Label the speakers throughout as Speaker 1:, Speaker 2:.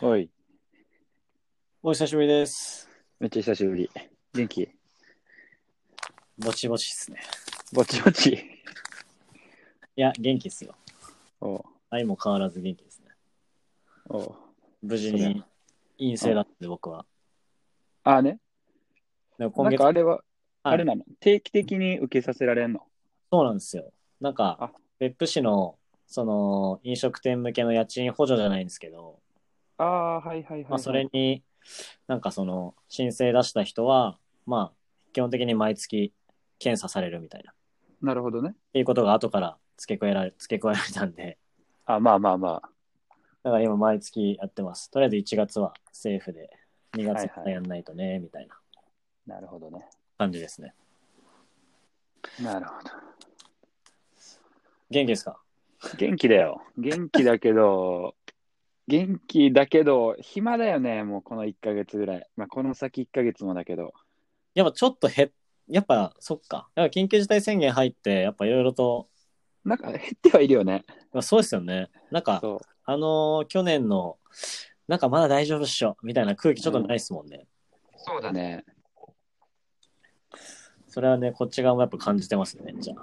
Speaker 1: おい、
Speaker 2: お久しぶりです。
Speaker 1: めっちゃ久しぶり。元気
Speaker 2: ぼちぼちですね。
Speaker 1: ぼちぼち。
Speaker 2: いや、元気ですよ。
Speaker 1: おう
Speaker 2: 相も変わらず元気ですね。
Speaker 1: おう
Speaker 2: 無事
Speaker 1: そりゃ
Speaker 2: に陰性だって僕は。
Speaker 1: ああね、
Speaker 2: でも今
Speaker 1: なん
Speaker 2: 月
Speaker 1: かあれは、
Speaker 2: はい
Speaker 1: あれなの定期的に受けさせられんの
Speaker 2: そうなんですよ。なんか
Speaker 1: あ、
Speaker 2: 別府市の、その、飲食店向けの家賃補助じゃないんですけど、
Speaker 1: ああ、はいはいはい、はい。
Speaker 2: まあ、それに、なんかその、申請出した人は、まあ、基本的に毎月検査されるみたいな、っ
Speaker 1: なるほどね。
Speaker 2: ていうことが後から付け加えられ、付け加えられたんで、
Speaker 1: あまあまあまあ。
Speaker 2: だから今毎月やってます。とりあえず1月はセーフで、2
Speaker 1: はい
Speaker 2: 月
Speaker 1: はい
Speaker 2: はやんないとね、みたいな
Speaker 1: なるほどね。
Speaker 2: 感じですね。
Speaker 1: なるほど。
Speaker 2: 元気ですか
Speaker 1: 元気だよ。元気だけど、元気だけど、暇だよね、もうこの1ヶ月ぐらい。まあ、この先1ヶ月もだけど。
Speaker 2: やっぱちょっと減っ、やっぱそっか。やっぱ緊急事態宣言入って、やっぱいろいろと、
Speaker 1: なんか減ってはいるよね。
Speaker 2: まあ、そうですよね。なんか、
Speaker 1: そ
Speaker 2: あのー去年の、なんかまだ大丈夫っしょ、みたいな空気ちょっとないですもんね。
Speaker 1: う。そうだね。
Speaker 2: それはね、こっち側もやっぱ感じてますね、めっちゃ。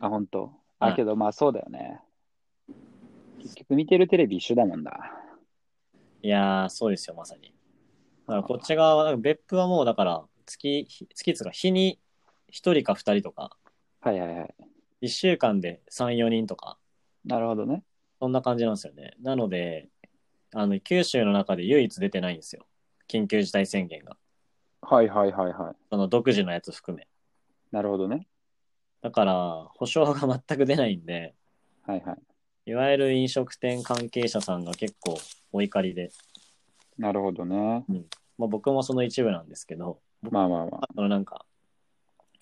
Speaker 1: あ、本当。
Speaker 2: は
Speaker 1: あ、
Speaker 2: い
Speaker 1: けどまあそうだよね。結局見てるテレビ一緒だもんな。
Speaker 2: いやー、そうですよ、まさに。だからこっち側は、別府はもうだから、月、月っつうか、日に1人か2人とか、
Speaker 1: はいはいはい。
Speaker 2: 1週間で3、4人とか、
Speaker 1: なるほどね。
Speaker 2: そんな感じなんですよね。なので、あの、九州の中で唯一出てないんですよ。緊急事態宣言が。
Speaker 1: はいはいはいはい。
Speaker 2: その独自のやつ含め。
Speaker 1: なるほどね。
Speaker 2: だから、保証が全く出ないんで、
Speaker 1: はいはい。
Speaker 2: いわゆる飲食店関係者さんが結構お怒りで、
Speaker 1: なるほどね。
Speaker 2: まあ、僕もその一部なんですけど、僕は
Speaker 1: まあまあまあ。
Speaker 2: そのなんか、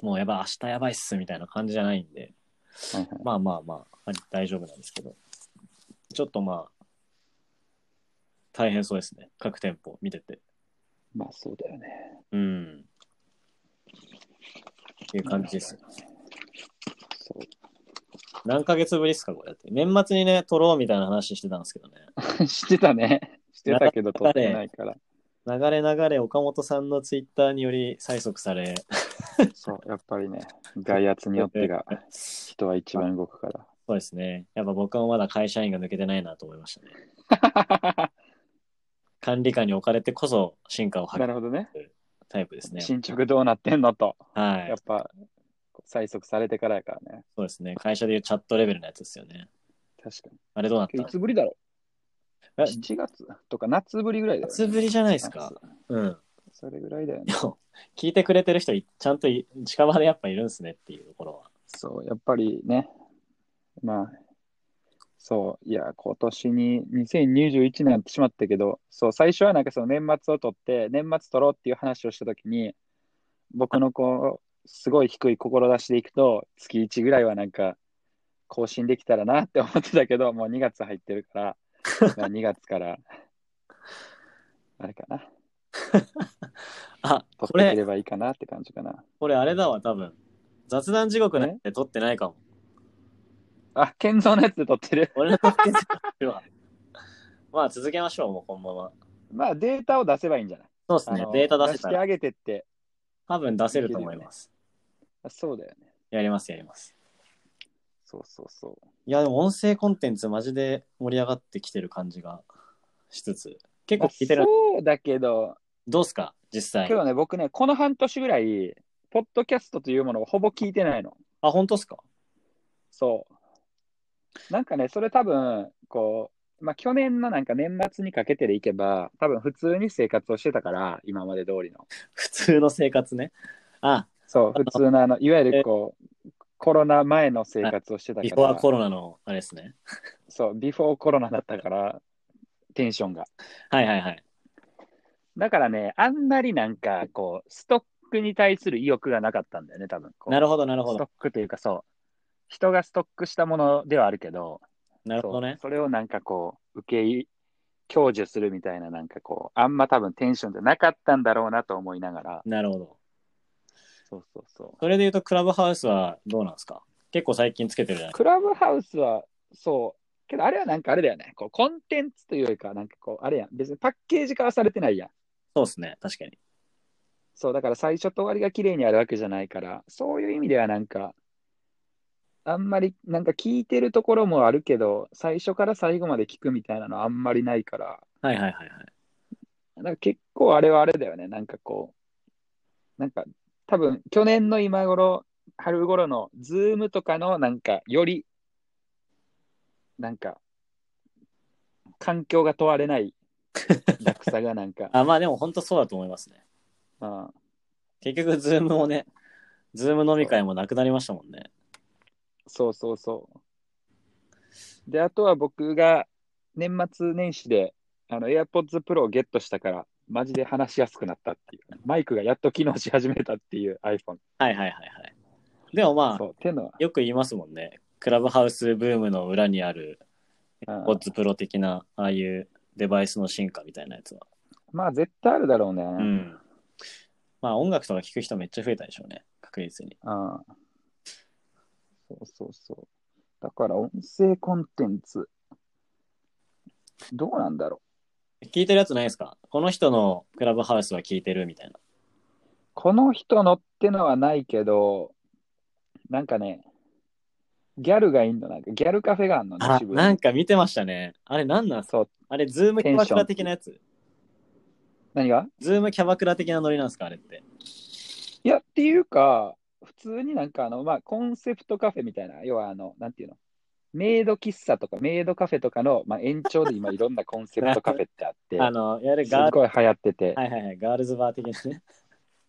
Speaker 2: もうやばい、明日やばいっすみたいな感じじゃないんで、
Speaker 1: はいはい、
Speaker 2: まあまあまあ、はい大丈夫なんですけど、ちょっとまあ、大変そうですね、各店舗見てて。
Speaker 1: まあそうだよね。
Speaker 2: うん。っていう感じです。
Speaker 1: そう
Speaker 2: 何ヶ月ぶりですか、これだって。年末にね、撮ろうみたいな話してたんですけどね。
Speaker 1: 知ってたね。知ってたけど撮ってないから。
Speaker 2: 流れ流れ、岡本さんのツイッターにより催促され、
Speaker 1: そう、やっぱりね、外圧によってが
Speaker 2: そ
Speaker 1: 人は一番動くから。
Speaker 2: うですね。やっぱ僕もまだ会社員が抜けてないなと思いました ね。管理下に置かれてこそ進化を図
Speaker 1: なる
Speaker 2: る
Speaker 1: ほどね。
Speaker 2: タイプですね。
Speaker 1: 進捗どうなってんのと。
Speaker 2: は
Speaker 1: や
Speaker 2: い
Speaker 1: っ。ぱ催促されてからやからね。
Speaker 2: そうですね。会社でいうチャットレベルのやつですよね。
Speaker 1: 確か
Speaker 2: あれどうなっ
Speaker 1: に。
Speaker 2: た
Speaker 1: いつぶりだろう
Speaker 2: え
Speaker 1: ?7 月とか夏ぶりぐらいだよ、ね。
Speaker 2: 夏ぶりじゃないですか。うん。
Speaker 1: それぐらいだよね
Speaker 2: で。も聞いてくれてる人い、ちゃんとい近場でやっぱいるんすねっていうところは。
Speaker 1: そう、やっぱりね、まあ、そう、いや、今年に2021年になってしまったけど、そう、最初はなんかその年末を取って、年末取ろうっていう話をしたときに、僕のこう、すごい低い志でいくと、月1ぐらいはなんか、更新できたらなって思ってたけど、もう2月入ってる から、まあ2月から、あれかな、
Speaker 2: あ、
Speaker 1: 取
Speaker 2: こ
Speaker 1: ってく
Speaker 2: れ、
Speaker 1: ればいいかなって感じかな。
Speaker 2: これあれだわ、多分。雑談地獄なんて撮ってないかも。
Speaker 1: あ、健三のやつで撮ってる。
Speaker 2: 俺の特権じゃは。 まあ続けましょう、もうこのまま。
Speaker 1: まあ、データを出せばいいんじゃない
Speaker 2: そうです
Speaker 1: あ
Speaker 2: ね
Speaker 1: の。
Speaker 2: データ出せた
Speaker 1: して
Speaker 2: ら、
Speaker 1: あげてって、
Speaker 2: 多分出せると思います。
Speaker 1: あそうだよね。
Speaker 2: やります、やります。
Speaker 1: そうそうそ
Speaker 2: いや、でも音声コンテンツマジで盛り上がってきてる感じがしつつ。
Speaker 1: う。
Speaker 2: 結構聞いてる。
Speaker 1: そうだけど、
Speaker 2: どうっすか実際
Speaker 1: け。どね、僕ね、この半年ぐらい、ポッドキャストというものをほぼ聞いてないの。
Speaker 2: あ、本当っすか
Speaker 1: そう。なんかね、それ多分、こう、まあ、去年のなんか年末にかけてでいけば、多分普通に生活をしてたから、今まで通りの。
Speaker 2: 普通の生活ね。あ、
Speaker 1: そう、普通のあの、いわゆるこう、コロナ前の生活をしてた
Speaker 2: ビ
Speaker 1: か
Speaker 2: フォア
Speaker 1: ら、
Speaker 2: コロナのあれですね。
Speaker 1: そう、ビフォーコロナだったから、テンションが。
Speaker 2: はいはいはい。
Speaker 1: だからね、あんまりなんか、こう、ストックに対する意欲がなかったんだよね、多分。こう
Speaker 2: なるほどなるほ
Speaker 1: スト
Speaker 2: ど
Speaker 1: ッ。クというか、そう。人がストックしたものではあるけど、
Speaker 2: なるほどね
Speaker 1: そう。それをなんかこう、受けい、享受するみたいな、なんかこう、あんま多分テンションじゃなかったんだろうなと思いながら、
Speaker 2: なるほど。
Speaker 1: そうそうそ
Speaker 2: それで言うと、クラブハウスはどうなんですか結構最近つけてるじゃな
Speaker 1: う。
Speaker 2: い
Speaker 1: クラブハウスは、そけどあれはなんかあれだよね。こう、コンテンツというよりかは、なんかこう、あれやん。別にパッケージ化はされてないやん。
Speaker 2: そうですね。確かに。
Speaker 1: そう、だから最初と終わりが綺麗にあるわけじゃないから、そういう意味ではなんか、あんまり、なんか聞いてるところもあるけど、最初から最後まで聞くみたいなのはあんまりないから、
Speaker 2: はいはいはいはい。
Speaker 1: なんか結構あれはあれだよね。なんかこう、なんか多分去年の今頃、春頃のズームとかのなんかより、なんか、環境が問われない落差がなんか
Speaker 2: 、あ、まあでも本当そうだと思いますね。
Speaker 1: うん、
Speaker 2: 結局、ズームもね、ズーム飲み会もなくなりましたもんね。
Speaker 1: そうそうそう。で、あとは僕が年末年始であの AirPods Pro をゲットしたから、マジで話しやすくなったっていう。マイクがやっと機能し始めたっていう iPhone。
Speaker 2: はいはいはいはい。でもまあ、
Speaker 1: そう、てのは、
Speaker 2: よく言いますもんね。クラブハウスブームの裏にある、
Speaker 1: うん
Speaker 2: オッズプロ的な、ああいうデバイスの進化みたいなやつは。
Speaker 1: まあ絶対あるだろうね。
Speaker 2: うん。まあ音楽とか聴く人めっちゃ増えたでしょうね。確実に。
Speaker 1: ああ。そうそうそう。だから音声コンテンツ、どうなんだろう。
Speaker 2: 聞いてるやつないですかこの人のクラブハウスは聞いてるみたいな。
Speaker 1: この人のってのはないけど、なんかね、ギャルがいんの、なんかギャルカフェがあんのね、
Speaker 2: あ、
Speaker 1: 渋谷に
Speaker 2: なんか見てましたね。あれなんなんすか
Speaker 1: そう、
Speaker 2: あれ、ズームキャバクラ的なやつ
Speaker 1: 何が
Speaker 2: ズームキャバクラ的なノリなんですかあれって。
Speaker 1: いや、っていうか、普通になんかあの、まあ、コンセプトカフェみたいな、要はあの、なんていうの、メイド喫茶とかメイドカフェとかの、まあ、延長で今いろんなコンセプトカフェってあって、
Speaker 2: あの、いわゆる
Speaker 1: す
Speaker 2: ガール、
Speaker 1: ごい流行ってて、
Speaker 2: はいはいはい、ガールズバー的なね。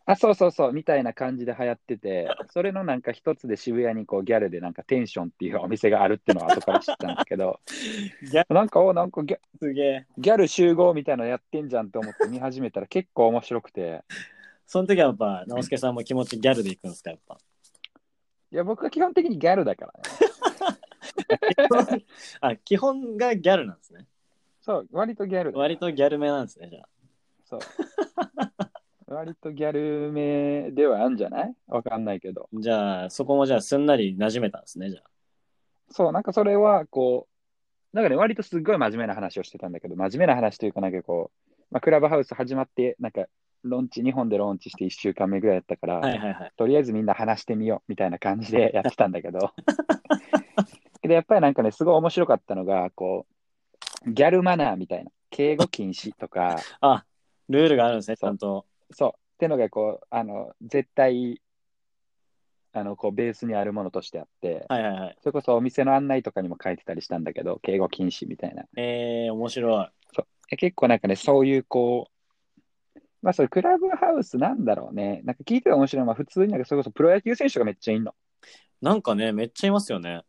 Speaker 1: あ、そうそうそう、みたいな感じで流行ってて、それのなんか一つで渋谷にこうギャルでなんかテンションっていうお店があるっていうのは後から知ったんですけど、
Speaker 2: ギャ
Speaker 1: なんか、お、なんかギャ
Speaker 2: すげえ。
Speaker 1: ギャル集合みたいなのやってんじゃんと思って見始めたら結構面白くて、
Speaker 2: その時はやっぱ、直輔さんも気持ちギャルで行くんですかやっ ぱ。
Speaker 1: いや、僕は基本的にギャルだからね。
Speaker 2: あ、基本がギャルなんですね。
Speaker 1: そう、割とギャルだ。
Speaker 2: 割とギャルめなんですね、じゃあ。
Speaker 1: そう。割とギャルめではあるんじゃないわかんないけど。
Speaker 2: じゃあ、そこもじゃあ、すんなり馴染めたんですね、じゃあ。
Speaker 1: そう、なんかそれはこう、なんかね、割とすっごい真面目な話をしてたんだけど、真面目な話というか、なんかこう、まあ、クラブハウス始まって、なんか、ローンチ、日本でローンチして1週間目ぐらいやったから、
Speaker 2: はいはいはい。
Speaker 1: とりあえずみんな話してみようみたいな感じでやってたんだけ ど、けどやっぱりなんかね、すごい面白かったのが、こう、ギャルマナーみたいな、敬語禁止とか、
Speaker 2: あ、ルールがあるんですね、ち
Speaker 1: そう
Speaker 2: ゃんと。
Speaker 1: そう。ってのが、こう、あの、絶対、あの、こう、ベースにあるものとしてあって、
Speaker 2: はいはいはい。
Speaker 1: それこそお店の案内とかにも書いてたりしたんだけど、敬語禁止みたいな。
Speaker 2: えー、面白い。
Speaker 1: え結構なんかね、そういう、こう、まあ、それ、クラブハウスなんだろうね。なんか聞いては面白いのは、普通になんか、それこそプロ野球選手がめっちゃいんの。
Speaker 2: なんかね、めっちゃいますよね。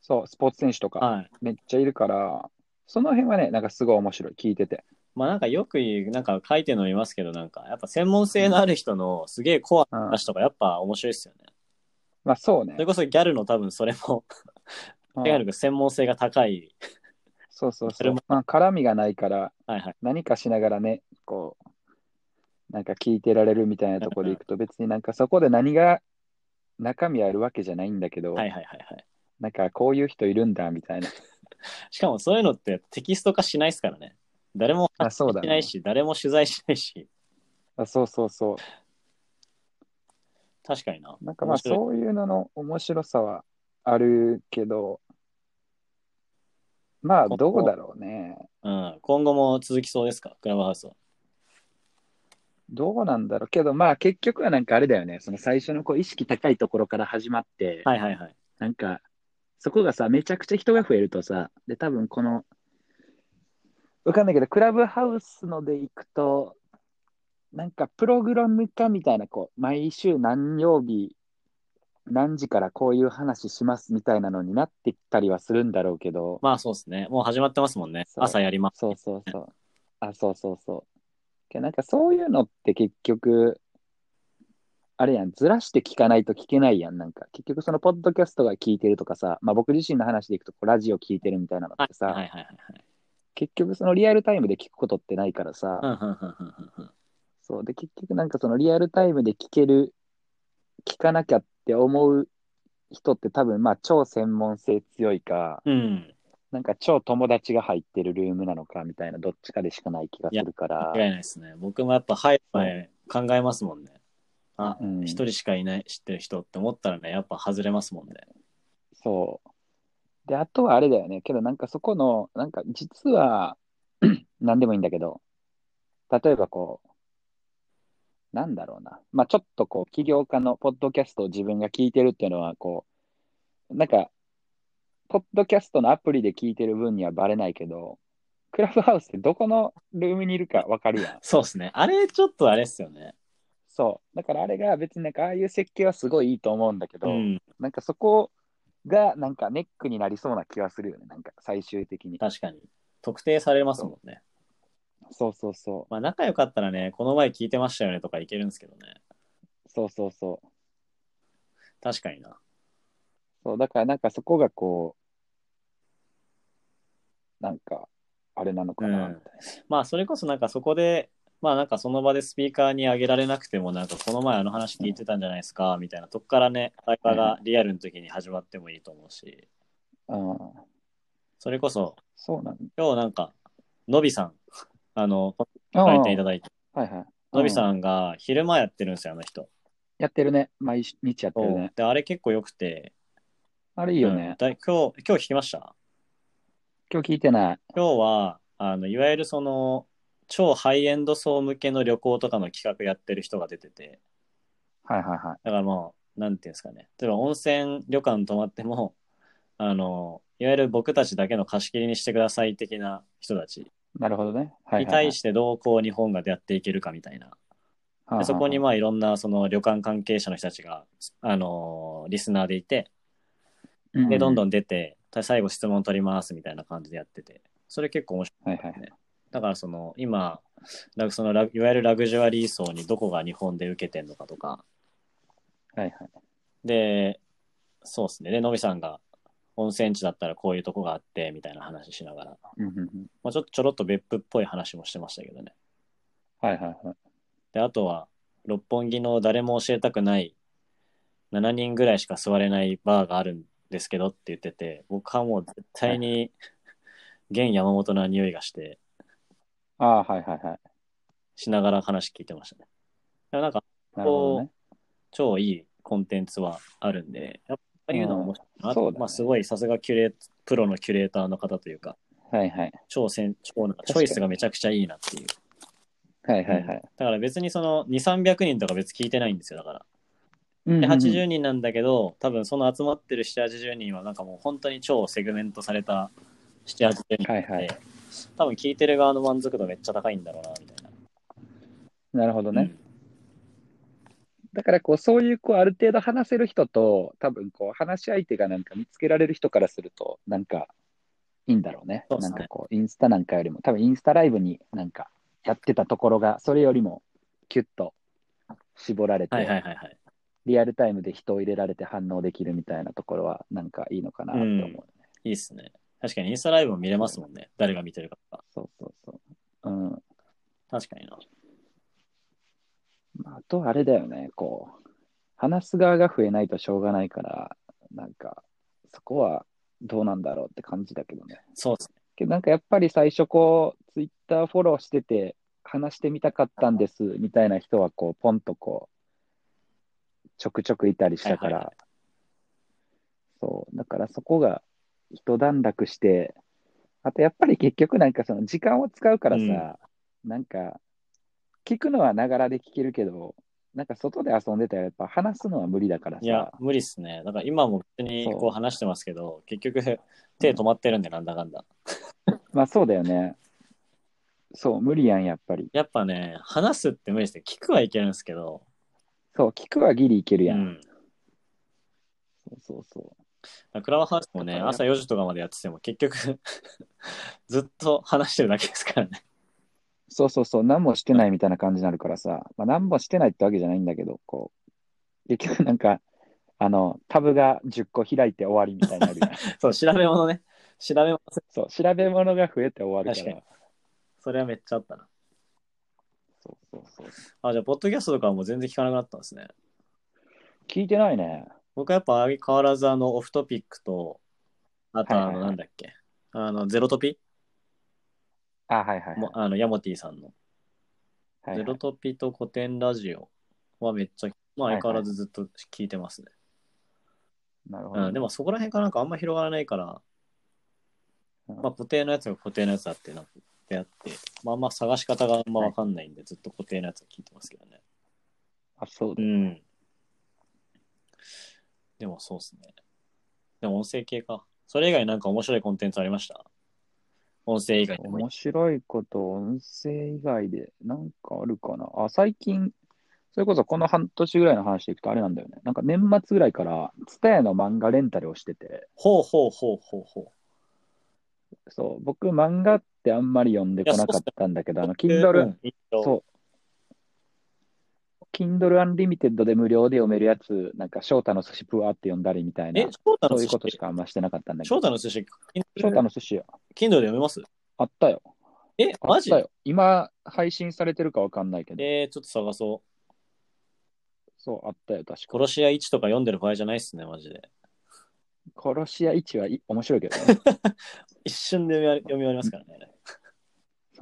Speaker 1: そう、スポーツ選手とか、
Speaker 2: はい。
Speaker 1: めっちゃいるから、その辺はね、なんかすごい面白い、聞いてて。
Speaker 2: まあなんかよく言う、なんか書いてるの見ますけど、なんか、やっぱ専門性のある人のすげえコア
Speaker 1: うん
Speaker 2: な話とか、やっぱ面白いですよね。
Speaker 1: まあ、そう
Speaker 2: そ
Speaker 1: ね
Speaker 2: れ。こそギャルの多分それも、
Speaker 1: うん
Speaker 2: ギャルが専門性が高い。
Speaker 1: そうそう
Speaker 2: そ
Speaker 1: そ
Speaker 2: れ
Speaker 1: う
Speaker 2: も。
Speaker 1: まあ、絡みがないから、
Speaker 2: はいはい。
Speaker 1: 何かしながらね、こう、なんか聞いてられるみたいなところでいくと、別になんかそこで何が中身あるわけじゃないんだけど、
Speaker 2: はいはいはいはい。
Speaker 1: なんかこういう人いるんだみたいな。
Speaker 2: しかもそういうのってテキスト化しないですからね。誰も
Speaker 1: あ、そうだ
Speaker 2: しな
Speaker 1: ね
Speaker 2: い。し、誰も取材しないし、
Speaker 1: あ、そうそうそ
Speaker 2: 確かにな。
Speaker 1: う。なんかまあ
Speaker 2: 面白い
Speaker 1: そういうのの面白さはあるけど、まあ
Speaker 2: ここ
Speaker 1: どうだろうね。
Speaker 2: うん、今後も続きそうですか、クラブハウスは。
Speaker 1: どうなんだろうけど、まあ結局はなんかあれだよね。その最初のこう意識高いところから始まって、
Speaker 2: はいはいはい。
Speaker 1: なんか、そこがさ、めちゃくちゃ人が増えるとさ、で、多分この、わかんないけど、クラブハウスので行くと、なんかプログラム化みたいな、こう、毎週何曜日、何時からこういう話しますみたいなのになってきたりはするんだろうけど、
Speaker 2: まあそうですね。もう始まってますもんね。
Speaker 1: そう
Speaker 2: 朝やります。
Speaker 1: そうそうそう。あ、そうそうそう。けどなんかそういうのって結局、あれやん、ずらして聞かないと聞けないやん、なんか。結局そのポッドキャストが聞いてるとかさ、まあ僕自身の話でいくとこうラジオ聞いてるみたいなのっ
Speaker 2: はい
Speaker 1: てさ、
Speaker 2: はいはいはいはい。
Speaker 1: 結局そのリアルタイムで聞くことってないからさ、
Speaker 2: うんうんうんうんうんうん
Speaker 1: そう。で、結局なんかそのリアルタイムで聞ける、聞かなきゃって思う人って多分まあ超専門性強いか、
Speaker 2: うん。
Speaker 1: なんか超友達が入ってるルームなのかみたいな、どっちかでしかない気がするから
Speaker 2: 間違い、ないですね。僕もやっぱ入る前考えますもんね。あ、一、
Speaker 1: うん
Speaker 2: 人しかいない、知ってる人って思ったらね、やっぱ外れますもんね。
Speaker 1: そう。で、あとはあれだよね。けど、なんかそこの、なんか実は、 何でもいいんだけど、例えばこう、なんだろうな。まあちょっとこう、起業家のポッドキャストを自分が聞いてるっていうのは、こう、なんか、ポッドキャストのアプリで聞いてる分にはバレないけど、クラブハウスってどこのルームにいるかわかるやん。
Speaker 2: そうですね。あれ、ちょっとあれっすよね。
Speaker 1: そう。だからあれが別になんか、ああいう設計はすごいいいと思うんだけど、
Speaker 2: うん。
Speaker 1: なんかそこがなんかネックになりそうな気がするよね、なんか最終的に。
Speaker 2: 確かに。特定されますもんね。
Speaker 1: そうそうそ
Speaker 2: まあ、仲良かったらね、この前聞いてましたよねとかいけるんですけどね。
Speaker 1: う、そうそうそう。
Speaker 2: 確かにな。
Speaker 1: そうだからなんかそこがこう、なんか、あれなのかな、
Speaker 2: うん
Speaker 1: みたい
Speaker 2: まあ、それこそなんかそこで、まあなんかその場でスピーカーに上げられなくても、なんかこの前あの話聞いてたんじゃないですか、みたいなとこからね、会話がリアルの時に始まってもいいと思うし、
Speaker 1: な。うん、
Speaker 2: それこそ、
Speaker 1: そうなん
Speaker 2: 今日なんか、のびさん、あの、こ
Speaker 1: だ。
Speaker 2: の
Speaker 1: う
Speaker 2: 前
Speaker 1: ん
Speaker 2: 来ていただいて、
Speaker 1: はいはい。
Speaker 2: のび
Speaker 1: う
Speaker 2: さ
Speaker 1: ん。
Speaker 2: んが昼間やってるんですよ、あの人。
Speaker 1: やってるね、毎日やってるね。
Speaker 2: で、あれ結構良くて、
Speaker 1: あれいいよ
Speaker 2: うん
Speaker 1: ね。
Speaker 2: だい今日、今日聞きました
Speaker 1: 今日聞いてない。
Speaker 2: 今日は、あの、いわゆるその、超ハイエンド層向けの旅行とかの企画やってる人が出てて、
Speaker 1: はいはいはい。
Speaker 2: だからもう、なんていうんですかね。例えば温泉旅館泊まっても、あの、いわゆる僕たちだけの貸し切りにしてください的な人たち
Speaker 1: なるほどね。はいは
Speaker 2: に
Speaker 1: い、はい。
Speaker 2: 対してどうこう日本がやっていけるかみたいな。
Speaker 1: はあは
Speaker 2: で
Speaker 1: あ
Speaker 2: そこにまあいろんなその旅館関係者の人たちが、あの、リスナーでいて、
Speaker 1: うん
Speaker 2: で、どんど
Speaker 1: ん。
Speaker 2: ん出て、最後質問取りますみたいな感じでやってて、それ結構面白い。
Speaker 1: はいはいはい。
Speaker 2: だからその、今、ラグそのラグいわゆるラグジュアリー層にどこが日本で受けてんのかとか、
Speaker 1: はいはい。
Speaker 2: で、そうですね。で、のびさんが、温泉地だったらこういうとこがあって、みたいな話しながら、
Speaker 1: うんうんうん
Speaker 2: まあ、ちょっとちょろっと別府っぽい話もしてましたけどね。
Speaker 1: はいはいはい。
Speaker 2: で、あとは、六本木の誰も教えたくない、7人ぐらいしか座れないバーがあるんですけどって言ってて、僕はもう絶対に、 現山本の匂いがして、
Speaker 1: ああ、はいはいはい。
Speaker 2: しながら話聞いてましたね。でもなんか、
Speaker 1: なるほどね。
Speaker 2: 超いいコンテンツはあるんで、やっぱいうのは面白いなと、
Speaker 1: うんそうだね
Speaker 2: まあすごいさすがキュレープロのキュレーターの方というか、
Speaker 1: はいはい。
Speaker 2: 超せん超なんか
Speaker 1: 確
Speaker 2: チョ
Speaker 1: かに
Speaker 2: イスがめちゃくちゃいいなっていう。
Speaker 1: はいはいはい。
Speaker 2: だから別にその2、300人とか別に聞いてないんですよ、だから。
Speaker 1: うんうん
Speaker 2: で、
Speaker 1: うん
Speaker 2: 80人なんだけど、多分その集まってる7、80人はなんかもう本当に超セグメントされた7、80人で、
Speaker 1: はいはい。
Speaker 2: 多分聞いてる側の満足度めっちゃ高いんだろうな、みたいな。
Speaker 1: なるほどね。だからこう、そういうこうある程度話せる人と、多分こう話し相手がなんか見つけられる人からすると、なんかいいんだろうね。
Speaker 2: そうっ
Speaker 1: な
Speaker 2: すね
Speaker 1: んかこう、インスタなんかよりも、多分インスタライブになんかやってたところが、それよりもキュッと絞られて、
Speaker 2: はいはいはいはい。
Speaker 1: リアルタイムで人を入れられて反応できるみたいなところは、なんかいいのかなって思う、ね
Speaker 2: いいっすね。確かにインスタライブも見れますもんね。誰が見てるかとか。
Speaker 1: そうそうそう。うん。
Speaker 2: 確かにな。
Speaker 1: まああとあれだよね、こう、話す側が増えないとしょうがないから、なんか、そこはどうなんだろうって感じだけどね。
Speaker 2: そうっすね。
Speaker 1: けどなんかやっぱり最初こう、ツイッターフォローしてて、話してみたかったんですみたいな人は、こう、ポンとこう、ちょくちょくいたりしたか
Speaker 2: はいはいは
Speaker 1: ら、そう、だからそこが一段落して、あとやっぱり結局なんかその時間を使うからさ、なんか、聞くのはながらで聞けるけど、なんか外で遊んでたらやっぱ話すのは無理だから
Speaker 2: いや
Speaker 1: さ、、
Speaker 2: 無理っすね。だから今も別に
Speaker 1: そ
Speaker 2: こ
Speaker 1: う
Speaker 2: う話してますけど、結局手止まってるんで、なんだかんだ。
Speaker 1: まあそうだよね。そう、無理やん、やっぱり。
Speaker 2: やっぱね、話すって無理ですね。聞くはいけるんですけど、
Speaker 1: そう、聞くはギリいける
Speaker 2: う
Speaker 1: やん。
Speaker 2: ん。
Speaker 1: そうそうそう。
Speaker 2: クラブハウスもね、
Speaker 1: だから
Speaker 2: 朝4時とかまでやってても、結局、 ずっと話してるだけですからね。
Speaker 1: そうそうそう、何もしてないみたいな感じになるからさ、まあ、何もしてないってわけじゃないんだけど、こう、結局なんか、あの、タブが10個開いて終わりみたいになるやん。
Speaker 2: そう、調べ物ね。調べ物、
Speaker 1: そう、調べ物が増えて終わるから。
Speaker 2: 確それはめっちゃあったな。
Speaker 1: そうそうそう。
Speaker 2: あ、じゃあ、ポッドキャストとかはもう全然聞かなくなったんですね。
Speaker 1: 聞いてないね。
Speaker 2: 僕はやっぱ相変わらずあの、オフトピックと、あとあ
Speaker 1: はい
Speaker 2: の、
Speaker 1: はいはい
Speaker 2: なんだっけ、あの、ゼロトピ
Speaker 1: あ、はいはいはい。
Speaker 2: もあの、ヤモティさんの。
Speaker 1: はい
Speaker 2: ゼ
Speaker 1: は
Speaker 2: ロ
Speaker 1: い、
Speaker 2: トピと古典ラジオはめっちゃ、まあ
Speaker 1: はいは
Speaker 2: 相
Speaker 1: い
Speaker 2: 変わらずずっと聞いてますね。
Speaker 1: なるほ
Speaker 2: う
Speaker 1: ど
Speaker 2: ん、でもそこら辺がなんかあんま広がらないから、
Speaker 1: うん
Speaker 2: まあ固定のやつが固定のやつだってなってあって、まああんま探し方があんまわかんないんで、ずっと固定のやつを聞いてますけどね。
Speaker 1: あ、そう
Speaker 2: う
Speaker 1: だ。
Speaker 2: ん。でもそうっすね。でも音声系か。それ以外なんか面白いコンテンツありました音声以外でも
Speaker 1: 面白いこと、音声以外で、なんかあるかな。あ、最近、それこそこの半年ぐらいの話でいくとあれなんだよね。なんか年末ぐらいから、ツタヤの漫画レンタルをしてて、
Speaker 2: ほうほうほうほうほ
Speaker 1: そう、僕漫画ってあんまり読んでこなかったんだけ
Speaker 2: う。
Speaker 1: ど、あの、
Speaker 2: う
Speaker 1: Kindle、
Speaker 2: ん。一応
Speaker 1: そう、Kindle Unlimited で無料で読めるやつ、なんか翔太の寿司ブワーって読んだりみたいな
Speaker 2: え、、翔太
Speaker 1: そ
Speaker 2: の
Speaker 1: うい
Speaker 2: 寿
Speaker 1: うこと
Speaker 2: 司
Speaker 1: し、かあんましてなかったんだけ
Speaker 2: 翔
Speaker 1: ど、
Speaker 2: 太の寿司、
Speaker 1: 翔太の寿司
Speaker 2: Kindle で読めます
Speaker 1: あったよ。
Speaker 2: え、
Speaker 1: あ
Speaker 2: マ
Speaker 1: っ
Speaker 2: ジ
Speaker 1: たよ。今、配信されてるかわかんないけど、
Speaker 2: えー、ちょっと探そう。
Speaker 1: そう、あったよ、確か。
Speaker 2: 殺し屋1とか読んでる場合じゃないっすね、マジで。
Speaker 1: 殺し屋1はい面白いけどね。
Speaker 2: 一瞬で読み終わり読み終わりますから ね。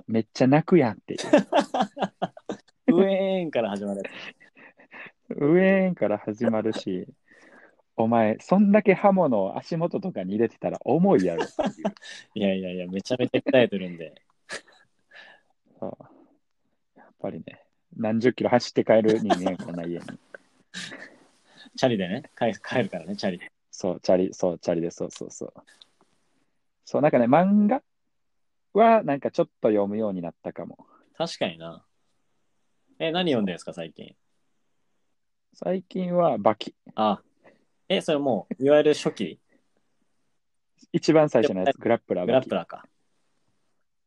Speaker 1: めっちゃ泣くやんっていう。
Speaker 2: ウェーンから始まる。
Speaker 1: ウェーンから始まるし、お前、そんだけ刃物を足元とかに入れてたら重いやろっていう。
Speaker 2: いやいやいや、めちゃめちゃ鍛えてるんで。
Speaker 1: そうやっぱりね、何十キロ走って帰る人間やからな、家に。
Speaker 2: チャリでね、帰帰るからね、チャリで。
Speaker 1: そう、チャリ、そう、チャリで、そうそうそう。そう、なんかね、漫画は、なんかちょっと読むようになったかも。
Speaker 2: 確かにな。え、何読んでるんですか、最近。
Speaker 1: 最近は、バキ。
Speaker 2: あ、え、それもう、いわゆる初期、
Speaker 1: 一番最初のやつ、グラップラー
Speaker 2: グ
Speaker 1: バ
Speaker 2: ラッ
Speaker 1: キ
Speaker 2: プ。ラーか。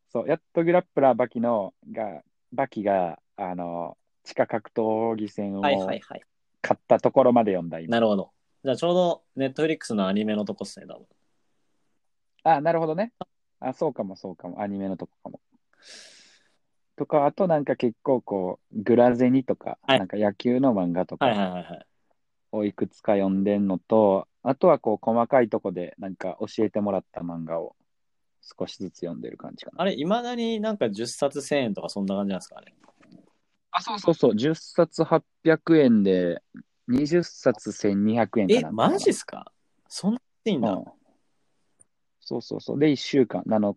Speaker 1: そう、やっとグラップラーバキのが、バキが、あの、地下格闘技戦を
Speaker 2: はいはいはい。
Speaker 1: 買ったところまで読んだ、今。
Speaker 2: なるほど。じゃあ、ちょうど、ネットフリックスのアニメのとこっすね、多分。
Speaker 1: あ、なるほどね。あ、そうかもそうかも。アニメのとこかも。とか、あとなんか結構こう、グラゼニとか、
Speaker 2: はい
Speaker 1: なんか野球の漫画と
Speaker 2: はいは
Speaker 1: か
Speaker 2: いはいはい。
Speaker 1: をいくつか読んでんのと、あとはこう、細かいとこでなんか教えてもらった漫画を少しずつ読んでる感じかな。
Speaker 2: あれ、いまだになんか10冊1000円とかそんな感じなんですかね。
Speaker 1: あ、そうそうそう。10冊800円で、20冊1200円か
Speaker 2: え
Speaker 1: な。、
Speaker 2: マジっすかそんなにいいんだ。
Speaker 1: うんそうそうそう。で、1週間、7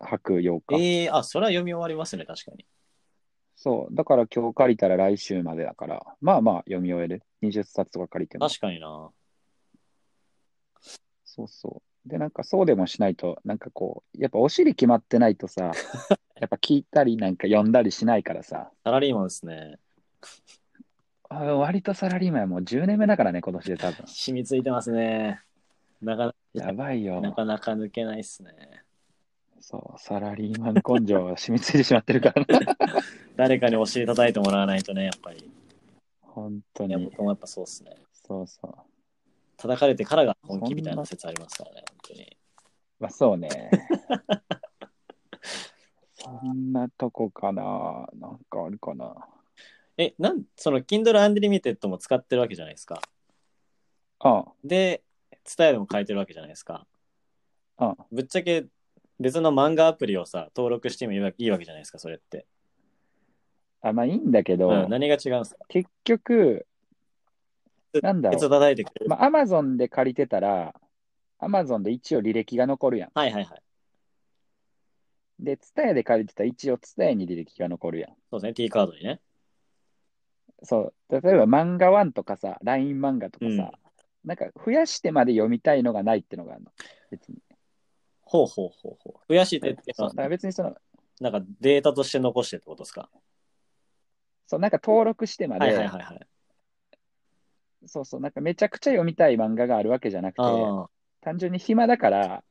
Speaker 1: 泊8日。
Speaker 2: えー、あ、それは読み終わりますね、確かに。
Speaker 1: そう。だから今日借りたら来週までだから、まあまあ読み終える。20冊とか借りても。
Speaker 2: 確かにな。
Speaker 1: そうそう。で、なんかそうでもしないと、なんかこう、やっぱお尻決まってないと さ、やっぱ聞いたりなんか読んだりしないからさ、
Speaker 2: サラリーマンですね。
Speaker 1: あ割とサラリーマンはもう10年目だからね、今年で多分。
Speaker 2: 染みついてますね。なか
Speaker 1: やばい
Speaker 2: なな
Speaker 1: よ。
Speaker 2: かなか抜けないっすね。
Speaker 1: そう、サラリーマン根性が染みついてしまってるから な。
Speaker 2: 誰かにお尻叩いてもらわないとね、やっぱり。い
Speaker 1: 本当
Speaker 2: や、
Speaker 1: に。
Speaker 2: 僕もやっぱそうっすね。
Speaker 1: そうそう。
Speaker 2: 叩かれてからが本気みたい
Speaker 1: そん
Speaker 2: な
Speaker 1: な
Speaker 2: 説ありますからね、本当に。
Speaker 1: まあそう ね。そんなとこかな。なんかあるかな。
Speaker 2: え、なん、その、Kindle Unlimited も使ってるわけじゃないですか。
Speaker 1: あ
Speaker 2: で、伝えでも書いてるわけじゃないですか。
Speaker 1: あ、ああ、
Speaker 2: ぶっちゃけ、別の漫画アプリをさ、登録してもいいわいいわけじゃないですか、それって。
Speaker 1: あまあいいんだけど、
Speaker 2: うん、何が違うんですか
Speaker 1: 結局、なんだ
Speaker 2: ケツ
Speaker 1: ろ
Speaker 2: を叩いてくれ
Speaker 1: う。
Speaker 2: る。
Speaker 1: まあ、アマゾンで借りてたら、アマゾンで一応履歴が残るやん。
Speaker 2: はいはいはい。
Speaker 1: で、ツタヤで借りてたら一応ツタヤに履歴が残るやん。
Speaker 2: そうですね、T カードにね。
Speaker 1: そう。例えば漫画1とかさ、LINE 漫画とかさ、なんか増やしてまで読みたいのがないってのがあるの。別に。
Speaker 2: ほうほうほうほう。増やしてっていう
Speaker 1: そう
Speaker 2: の
Speaker 1: だから
Speaker 2: は、
Speaker 1: 別にその、
Speaker 2: なんかデータとして残してってことですか
Speaker 1: そう、なんか登録してまで、
Speaker 2: はいはいはいはい。
Speaker 1: そうそう、なんかめちゃくちゃ読みたい漫画があるわけじゃなくて、
Speaker 2: ああ、
Speaker 1: 単純に暇だから、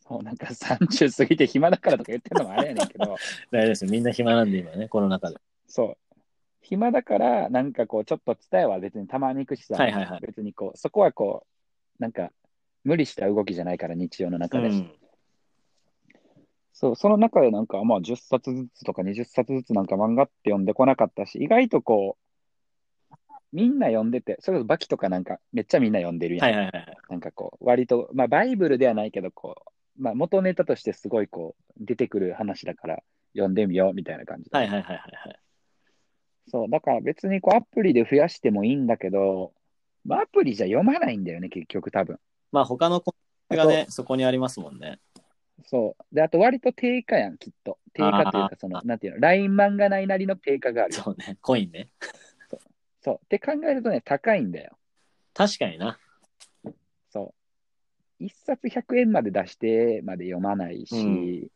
Speaker 1: そう、なんか30過ぎて暇だからとか言ってるのもあれやねんけ ど、
Speaker 2: 大丈夫ですよ。みんな暇なんで今ね、コロナ禍で。
Speaker 1: そう、暇だから、なんかこう、ちょっと伝えは別にたまに行くしさ、
Speaker 2: はいはいはい。
Speaker 1: 別にこう、そこはこう、なんか、無理した動きじゃないから、日常の
Speaker 2: う
Speaker 1: 中で。
Speaker 2: ん、
Speaker 1: そう、その中でなんか、まあ、10冊ずつとか20冊ずつなんか漫画って読んでこなかったし、意外とこう、みんな読んでて、それこそバキとかなんか、めっちゃみんな読んでるやん。
Speaker 2: はいはいはいはい。
Speaker 1: なんかこう、割と、まあ、バイブルではないけど、こう、まあ、元ネタとしてすごいこう、出てくる話だから、読んでみようみたいな感じ。
Speaker 2: はいはいはいはいはい。
Speaker 1: そう、だから別にこう、アプリで増やしてもいいんだけど、まあ、アプリじゃ読まないんだよね、結局多分。
Speaker 2: まあ他のコンテンツがね、そこにありますもんね。
Speaker 1: そう。で、あと割と低価やん、きっと。低価というか、その、なんていうの、LINE 漫画内なりの低価があるよ。
Speaker 2: そうね。コインね。
Speaker 1: そう。って考えるとね、高いんだよ。
Speaker 2: 確かにな。
Speaker 1: そう。一冊100円まで出してまで読まないし、
Speaker 2: うん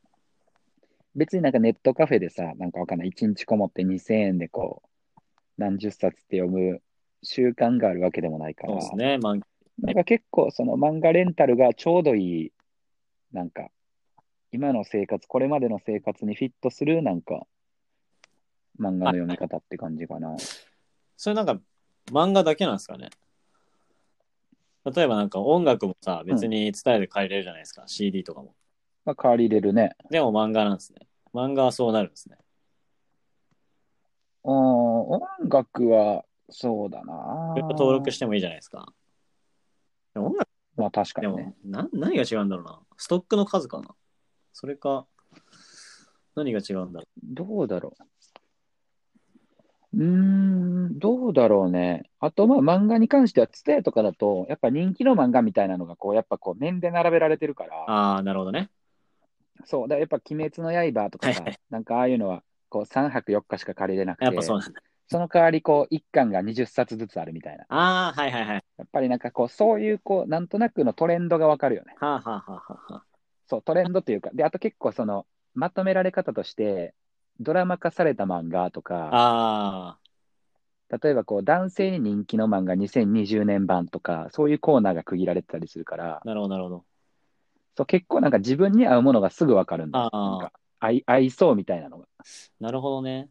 Speaker 1: 別になんかネットカフェでさ、なんかわかんない、1日こもって2000円でこう、何十冊って読む習慣があるわけでもないから、
Speaker 2: そうですね。まあ、
Speaker 1: なんか結構その漫画レンタルがちょうどいい、なんか、今の生活、これまでの生活にフィットする、なんか、漫画の読み方って感じかな。
Speaker 2: それなんか漫画だけなんですかね。例えばなんか音楽もさ、別に伝えて借りれるじゃないですか。CD とかも。
Speaker 1: まあ、変わり入れるね。
Speaker 2: でも漫画なんですね。漫画はそうなるんですね。
Speaker 1: うん、音楽は、そうだな
Speaker 2: それを。登録してもいいじゃないですか。でも音楽
Speaker 1: まあ確か
Speaker 2: で
Speaker 1: に
Speaker 2: も、
Speaker 1: ね。
Speaker 2: な何が違うんだろうな。ストックの数かな。それか、何が違うんだろ
Speaker 1: どうだろう。うーん、どうだろうね。あと、まあ漫画に関しては、ツタヤとかだと、やっぱ人気の漫画みたいなのが、こう、やっぱこう、面で並べられてるか
Speaker 2: う。
Speaker 1: ら、
Speaker 2: ああ、なるほどね。
Speaker 1: そう、だからやっぱ鬼滅の刃とかさ
Speaker 2: はいは、
Speaker 1: なんかああいうのは、こう、3泊4日しか借りれなく
Speaker 2: やってぱ、そうなんだ。
Speaker 1: その代わり、こう、1巻が20冊ずつあるみたいな。
Speaker 2: ああ、はいはいはい。は
Speaker 1: やっぱりなんかこう、そういう、こう、なんとなくのトレンドがわかるよね。
Speaker 2: あ、はあはあはあはあ、
Speaker 1: そう、トレンドというか、で、あと結構その、まとめられ方として、ドラマ化された漫画とか、
Speaker 2: あ
Speaker 1: 例えばこう、男性に人気の漫画2020年版とか、そういうコーナーが区切られてたりするから
Speaker 2: あ、、なるほどなるほど。
Speaker 1: そう、結構なんか自分に合うものがすぐわかるんだよ。
Speaker 2: あー
Speaker 1: なんか合い、合いそうみたいなのが。
Speaker 2: なるほどね。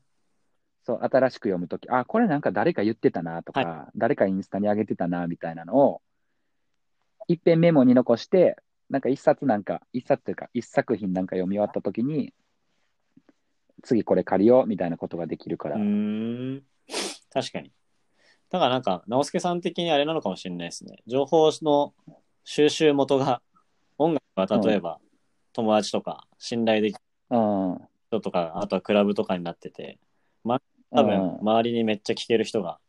Speaker 1: そう、新しく読むとき、あ、これなんか誰か言ってたなとか、誰かインスタに上げてたなみたいなのを、いっぺんメモに残して、なんか一冊なんか、一冊というか、一作品なんか読み終わったときに、次これ借りようみたいなことができるか
Speaker 2: う
Speaker 1: ら、
Speaker 2: ーん。確かに。だからなんか、直輔さん的にあれなのかもしれないですね。情報の収集元が、音楽は例えば、友達とか、信頼できる
Speaker 1: うん、うん
Speaker 2: 人とか、あとはクラブとかになってて、多分、周りにめっちゃ聞ける人が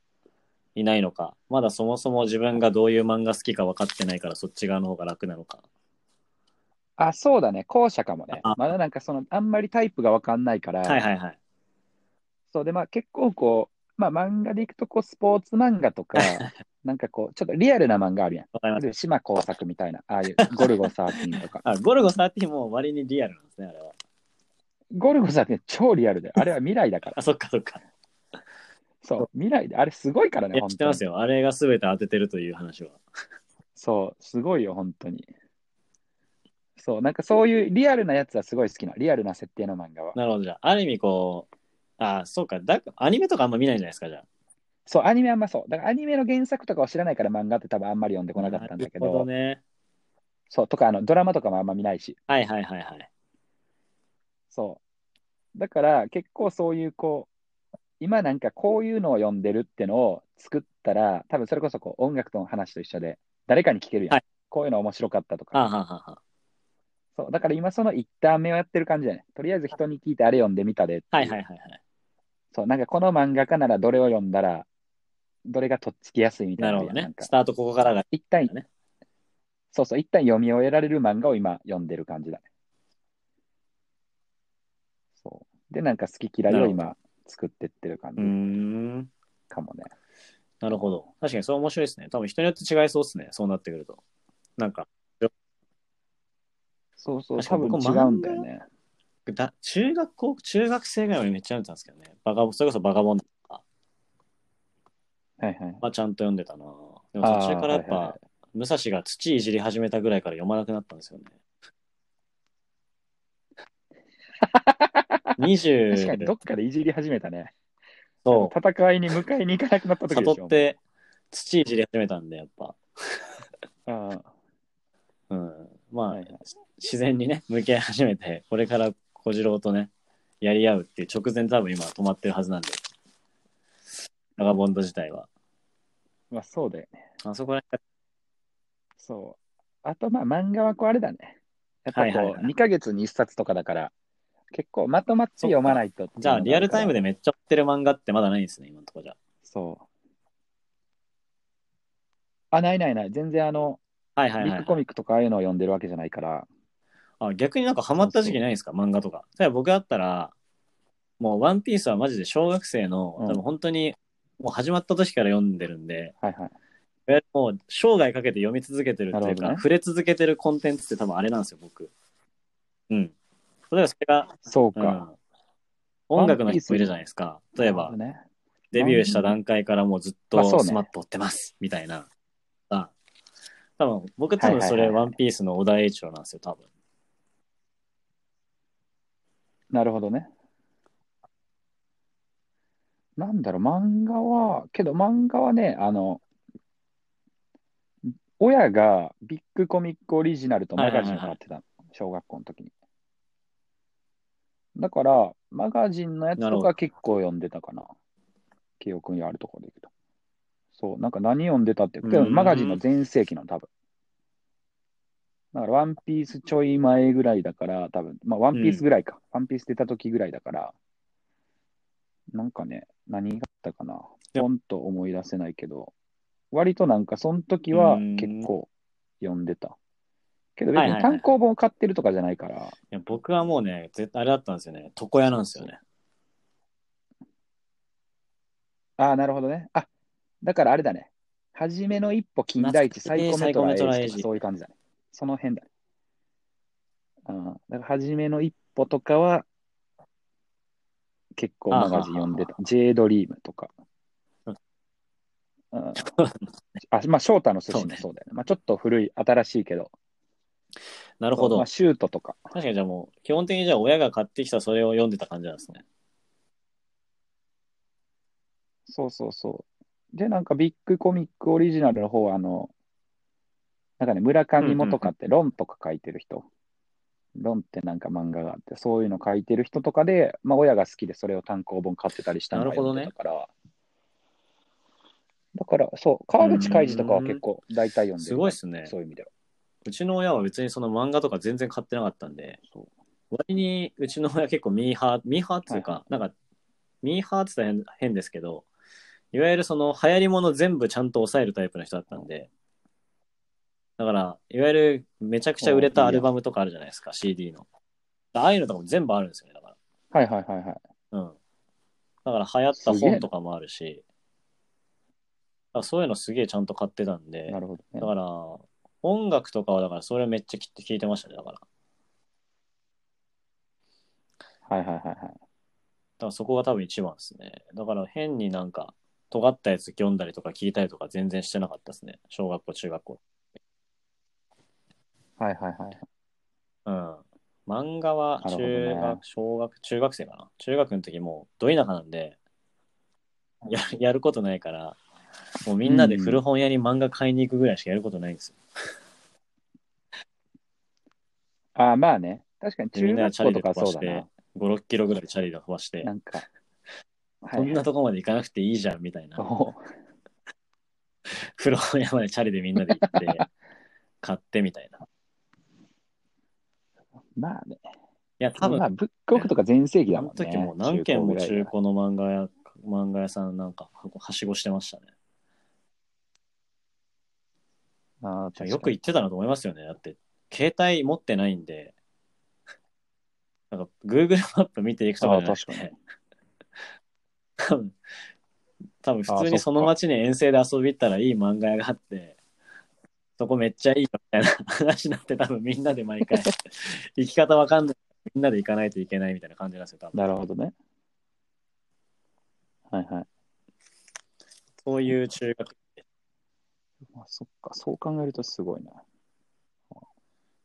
Speaker 2: いないのか、まだそもそも自分がどういう漫画好きか分かってないから、そっち側の方が楽なのか。
Speaker 1: あ、そうだね、後者かもね
Speaker 2: あ。
Speaker 1: まだなんかその、あんまりタイプがわかんないから、
Speaker 2: はいはいはい。
Speaker 1: そうで、まあ結構こう、まあ漫画でいくとこう、スポーツ漫画と か、なんかこう、ちょっとリアルな漫画あるやん。
Speaker 2: わかります。
Speaker 1: で島耕作みたいな、ああいうゴルゴ13とか。
Speaker 2: あ、ゴルゴ13も割にリアルなんですね、あれは。
Speaker 1: ゴルゴ13超リアルだよ。あれは未来だから。
Speaker 2: あ、そっかそ っか。
Speaker 1: そう、未来で、あれすごいから
Speaker 2: い
Speaker 1: ね、
Speaker 2: や、
Speaker 1: 本
Speaker 2: 知って
Speaker 1: 当
Speaker 2: ま
Speaker 1: に
Speaker 2: す。よ。あれが全て当ててるという話は。
Speaker 1: そう、すごいよ、本当に。そう、なんかそういうリアルなやつはすごい好きな、リアルな設定の漫画は。
Speaker 2: なるほど、じゃあ、ある意味こう、あ、そうか、だアニメとかあんま見ないじゃないですか、じゃあ。
Speaker 1: そう、アニメあんまそう。だからアニメの原作とかを知らないから漫画って多分あんまり読んでこなかったんだけ
Speaker 2: なるほ
Speaker 1: ど、
Speaker 2: ね。
Speaker 1: そう、とかあのドラマとかもあんま見ないし、
Speaker 2: はいはいはいはい。
Speaker 1: そう。だから結構そういうこう、今なんかこういうのを読んでるってのを作ったら、多分それこそこう音楽との話と一緒で、誰かに聞けるやん。
Speaker 2: はい
Speaker 1: こういうの面白かったとか
Speaker 2: はあ、。はあはあは
Speaker 1: そう、だから今その一旦目をやってる感じだね。とりあえず人に聞いてあれ読んでみたでって
Speaker 2: あ、
Speaker 1: う
Speaker 2: はいはいはいはい。
Speaker 1: そう、なんかこの漫画家ならどれを読んだら、どれがとっつきやすいみた
Speaker 2: ないる
Speaker 1: な
Speaker 2: ほ
Speaker 1: の
Speaker 2: ど
Speaker 1: やん。
Speaker 2: ね
Speaker 1: ん。か
Speaker 2: スタートここからが。
Speaker 1: 一旦、
Speaker 2: ね
Speaker 1: そうそう、一旦読み終えられる漫画を今読んでる感じだね。そう。で、なんか好き嫌いを今作ってってる感
Speaker 2: うー
Speaker 1: じ
Speaker 2: ん。
Speaker 1: かもね。
Speaker 2: なるほど。確かにそう面白いですね。多分人によって違いそうですね。そうなってくると。なんか、
Speaker 1: そうそう、
Speaker 2: 確
Speaker 1: 多
Speaker 2: か
Speaker 1: 分
Speaker 2: に僕
Speaker 1: 違うんだよね。
Speaker 2: だ中学校、中学生ぐらいまでめっちゃ読んでたんですけどね。バカボン、それこそバカボンとか、
Speaker 1: はいはい。
Speaker 2: まあ、ちゃんと読んでたな。でも途中からやっ
Speaker 1: あーはいはいは
Speaker 2: ぱ、武蔵が土いじり始めたぐらいから読まなくなったんで すよね。20
Speaker 1: 確かにどっかでいじり始めたね。
Speaker 2: そう
Speaker 1: 戦いに迎えに行かなくなった時でし
Speaker 2: 悟
Speaker 1: ょ。
Speaker 2: って土いじり始めたんでやっぱ、
Speaker 1: うん。は
Speaker 2: うん、まあ、
Speaker 1: いはい
Speaker 2: 自然にね向き合い始めてこれから小次郎とねやり合うっていう直前多分今止まってるはずなんでバガボンド自体は
Speaker 1: まあそうだよね。
Speaker 2: あそこら辺
Speaker 1: そう。あとまあ漫画はこうあれだね。やっぱこう、
Speaker 2: はいはいはい
Speaker 1: 2ヶ月に1冊とかだから、結構まとまって読まないとっていうの
Speaker 2: じゃあ、リアルタイム
Speaker 1: が
Speaker 2: でめっちゃ追ってる漫画ってまだないんですね、今のところじゃ。
Speaker 1: あるから。そう。あ、ないないない。全然あの、
Speaker 2: はいはい
Speaker 1: ビ
Speaker 2: は
Speaker 1: ッ
Speaker 2: い
Speaker 1: グ。コミックとかああいうのを読んでるわけじゃないから。
Speaker 2: あ逆になんかハマった時期ないんですか、漫画とか。例えば僕だったら、もうワンピースはマジで小学生の、
Speaker 1: うん
Speaker 2: 多分本当に、もう始まった時から読んでるんで、
Speaker 1: はいはい。
Speaker 2: いわゆるもう生涯かけて読み続けてるって
Speaker 1: ないる
Speaker 2: う
Speaker 1: ほ
Speaker 2: か、
Speaker 1: どね
Speaker 2: 触れ続けてるコンテンツって多分あれなんですよ、僕。うん。例えばそれが、
Speaker 1: そう
Speaker 2: う
Speaker 1: か。
Speaker 2: ん、音楽の人もいるじゃないですか。例えば、
Speaker 1: ね、
Speaker 2: デビューした段階からもうずっと
Speaker 1: まあそうね
Speaker 2: スマップ追ってます、みたいな。あ多分僕多
Speaker 1: はい
Speaker 2: 分
Speaker 1: はいはい
Speaker 2: それワンピースの小田栄一郎なんですよ、多分。
Speaker 1: なるほどね。なんだろう、漫画は、けど漫画はね、あの、親がビッグコミックオリジナルとマガジンを買ってたの、小学校の時に。だから、マガジンのやつ
Speaker 2: なる
Speaker 1: と
Speaker 2: ほ
Speaker 1: か
Speaker 2: ど
Speaker 1: 結構読んでたかな。記憶にあるところでいくと。そう、なんか何読んでたって、けど
Speaker 2: うん
Speaker 1: マガジンの全盛期なの、多分。だから、ワンピースちょい前ぐらいだから、多分まあ、ワンピースぐらいか。ワンピース出た時ぐらいだから、なんかね、何があったかな。
Speaker 2: で
Speaker 1: ポンと思い出せないけど、割となんか、その時は
Speaker 2: うん
Speaker 1: 結構読んでた。けど別
Speaker 2: はい
Speaker 1: に
Speaker 2: はいはい
Speaker 1: 単行本を買ってるとかじゃないから、
Speaker 2: いや僕はもうね、絶対あれだったんですよね。床屋なんですよね。
Speaker 1: ああ、なるほどね。あ、だからあれだね。初めの一歩金田一、サ
Speaker 2: 懐かし
Speaker 1: イ
Speaker 2: い
Speaker 1: コメトラエースとか
Speaker 2: サイコメトラエイジ
Speaker 1: そういう感じだね。その辺だね。うん。だから初めの一歩とかは、結構マガジン読んでた。J ドリームとか。
Speaker 2: う
Speaker 1: うん、あ、まあ、翔太の寿司もそうだよね。まあ、ちょっと古い、新しいけど。
Speaker 2: なるほど。
Speaker 1: まあ、シュートとか。
Speaker 2: 確かにじゃあもう、基本的にじゃあ親が買ってきたそれを読んでた感じなんですね。
Speaker 1: そうそうそう。で、なんかビッグコミックオリジナルの方は、あの、なんかね、村上もとかって論とか書いてる人。論ってなんか漫画があって、そういうの書いてる人とかで、まあ親が好きでそれを単行本買ってたりしたのが
Speaker 2: なるほど
Speaker 1: 読ん
Speaker 2: ね
Speaker 1: でたから。だから、そう、川口海二とかは結構大体読んでる。
Speaker 2: すごいっすね。
Speaker 1: そういう意味では。
Speaker 2: うちの親は別にその漫画とか全然買ってなかったんで、
Speaker 1: そう
Speaker 2: 割にうちの親結構ミーハー、ミーハーっていうか、
Speaker 1: は
Speaker 2: なんか、ミーハーって言ったら変変ですけど、いわゆるその流行り物全部ちゃんと抑えるタイプの人だったんで、だから、いわゆるめちゃくちゃ売れたアルバムとかあるじゃないですか、CD の。ああいうのとかも全部あるんですよね、だか
Speaker 1: はいはいはいはい。
Speaker 2: ら。うん。だから流行った本とかもあるし、だからそういうのすげえちゃんと買ってたんで
Speaker 1: な、るほど
Speaker 2: だ
Speaker 1: ね。
Speaker 2: から、音楽とかは、だから、それめっちゃき聞いてましたね、だから。だか
Speaker 1: はいはいはいはい。
Speaker 2: らそこが多分一番ですね。だから、変になんか、尖ったやつ読んだりとか聞いたりとか全然してなかったですね。小学校、中学校。
Speaker 1: はいはいはい。
Speaker 2: うん。漫画は
Speaker 1: なるほどね
Speaker 2: 中学、小学、中学生かな。中学の時もう、ど田舎なんで、ややることないから、もうみんなで古本屋に漫画買いに行くぐらいしかやることないんですよ。
Speaker 1: ああ、まあね。確かに
Speaker 2: でみ
Speaker 1: 中
Speaker 2: ん
Speaker 1: 学
Speaker 2: なでチャ
Speaker 1: 校
Speaker 2: リで
Speaker 1: とか
Speaker 2: 飛ば
Speaker 1: そう
Speaker 2: し
Speaker 1: だ
Speaker 2: て
Speaker 1: な。、
Speaker 2: 5、6キロぐらいチャリで飛ばして
Speaker 1: な、んか。はい
Speaker 2: こ
Speaker 1: はい
Speaker 2: んなとこまで行かなくていいじゃん、みたいな。
Speaker 1: お
Speaker 2: 風呂屋までチャリでみんなで行って 買ってみたいな。い
Speaker 1: まあね。
Speaker 2: や多分
Speaker 1: まあ、ブックオフとか全盛期だ
Speaker 2: あ
Speaker 1: もん
Speaker 2: の
Speaker 1: ね。
Speaker 2: 時も何軒も
Speaker 1: 古ぐら
Speaker 2: 中
Speaker 1: いだ
Speaker 2: 古の漫画屋漫画屋さんなんかはしごしてましたね。
Speaker 1: なあー確かに
Speaker 2: よく行ってたなと思いますよね。だって携帯持ってないんでなんか Google マップ見ていくとかじゃなく
Speaker 1: あー確
Speaker 2: て多分多分普通
Speaker 1: あーそっか
Speaker 2: にその街に遠征で遊び行ったらいい漫画屋があってそこめっちゃいいよみたいな 話になって多分みんなで毎 回行き方わかんないみんなで行かないといけないみたいな感じなんですよ多分
Speaker 1: なるほどね。はいはい。
Speaker 2: そういう中学
Speaker 1: まあ、そっか、そう考えるとすごいな。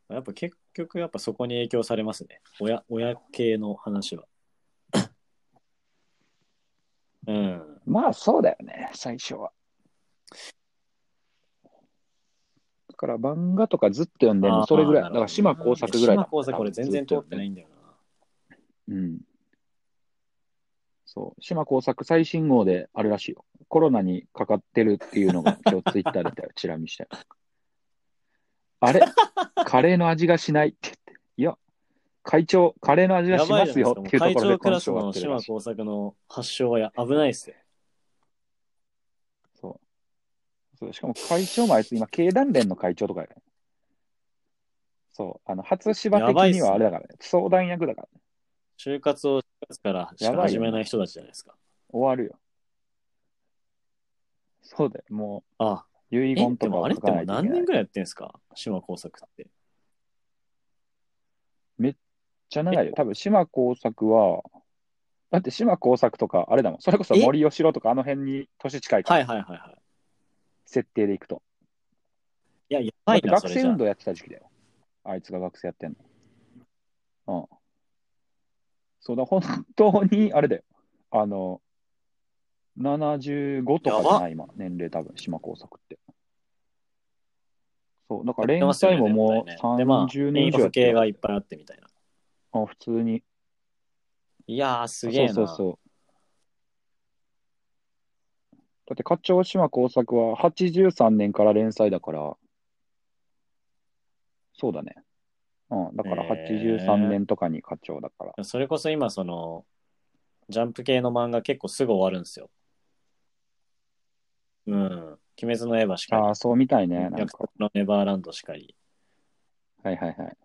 Speaker 2: やっぱ結局やっぱそこに影響されますね。親、親系の 話は。うん。
Speaker 1: まあ、そうだよね、最初は。だから、漫画とかずっと読んでるの、それぐらい。だから、島工作ぐらいだもん。
Speaker 2: 島工作これ全然通ってないいんだよ
Speaker 1: うん。そう、島工作最新号であるらしいよ。コロナにかかってるっていうのが今日ツイッターで 見たよ、チラ見して。あれカレーの味がしないって言って。いや、会長、カレーの味が
Speaker 2: や
Speaker 1: し
Speaker 2: ば
Speaker 1: ま
Speaker 2: い
Speaker 1: す
Speaker 2: じゃない
Speaker 1: よ
Speaker 2: ですか。も
Speaker 1: っていうと
Speaker 2: う会
Speaker 1: ころで
Speaker 2: 長ク
Speaker 1: 今
Speaker 2: ラス
Speaker 1: 週終わ
Speaker 2: の
Speaker 1: ってるら
Speaker 2: 島
Speaker 1: しい。
Speaker 2: 耕作の発祥はや危ないっすよ。
Speaker 1: そうそうしかも会長もあいつ今、経団連の会長とかやからそう、あの、初芝
Speaker 2: やばい
Speaker 1: 的に
Speaker 2: っす
Speaker 1: は
Speaker 2: ね
Speaker 1: あれだからね、相談役だからね、
Speaker 2: 就活を就活からしか始めない人たちじゃないですか。
Speaker 1: 終わるよ。そうだよ、も
Speaker 2: あ
Speaker 1: う、遺
Speaker 2: え
Speaker 1: 言と
Speaker 2: で
Speaker 1: か
Speaker 2: もあ
Speaker 1: は
Speaker 2: れっ
Speaker 1: 書
Speaker 2: て
Speaker 1: か
Speaker 2: も
Speaker 1: な
Speaker 2: う
Speaker 1: いといけ
Speaker 2: 何
Speaker 1: ない。
Speaker 2: 年
Speaker 1: めっ
Speaker 2: ぐらいやってんですか島耕作って。
Speaker 1: ちゃ長いよ。多分、島耕作は、だって島耕作とか、あれだもん、それこそ森喜朗とか、あの辺に年近いから、
Speaker 2: はいはいはいは
Speaker 1: 設定でいくと。
Speaker 2: い。いや、や
Speaker 1: だ
Speaker 2: ば
Speaker 1: っ
Speaker 2: い
Speaker 1: て
Speaker 2: な、
Speaker 1: 学
Speaker 2: それ
Speaker 1: 生
Speaker 2: じゃ
Speaker 1: 運動やってた時期だよ。あいつが学生やってんの。うん。そうだ、本当に、あれだよ。あの、75とかじゃ
Speaker 2: や
Speaker 1: な
Speaker 2: ば
Speaker 1: い、今、年齢多分、島耕作って。そう、だから
Speaker 2: やって
Speaker 1: 連
Speaker 2: ますよ
Speaker 1: 載
Speaker 2: ね
Speaker 1: もも
Speaker 2: 絶対ね
Speaker 1: う
Speaker 2: で、まあ、
Speaker 1: 30年以上や
Speaker 2: 補
Speaker 1: って
Speaker 2: 系
Speaker 1: る
Speaker 2: がいっぱいあってみたいな。
Speaker 1: あ普通に。
Speaker 2: いやー、すげえな。
Speaker 1: そうそうそう。だって、課長島耕作は83年から連載だから、そうだね。うん、だから
Speaker 2: へー
Speaker 1: 83年とかに課長だから。
Speaker 2: それこそ今、その、ジャンプ系の漫画結構すぐ終わるんですよ。うん。鬼滅の刃しか
Speaker 1: ああ、そうみたい
Speaker 2: り、
Speaker 1: ね。なん
Speaker 2: 約
Speaker 1: か
Speaker 2: 束。のネバーランドしかり。
Speaker 1: はいはいはい。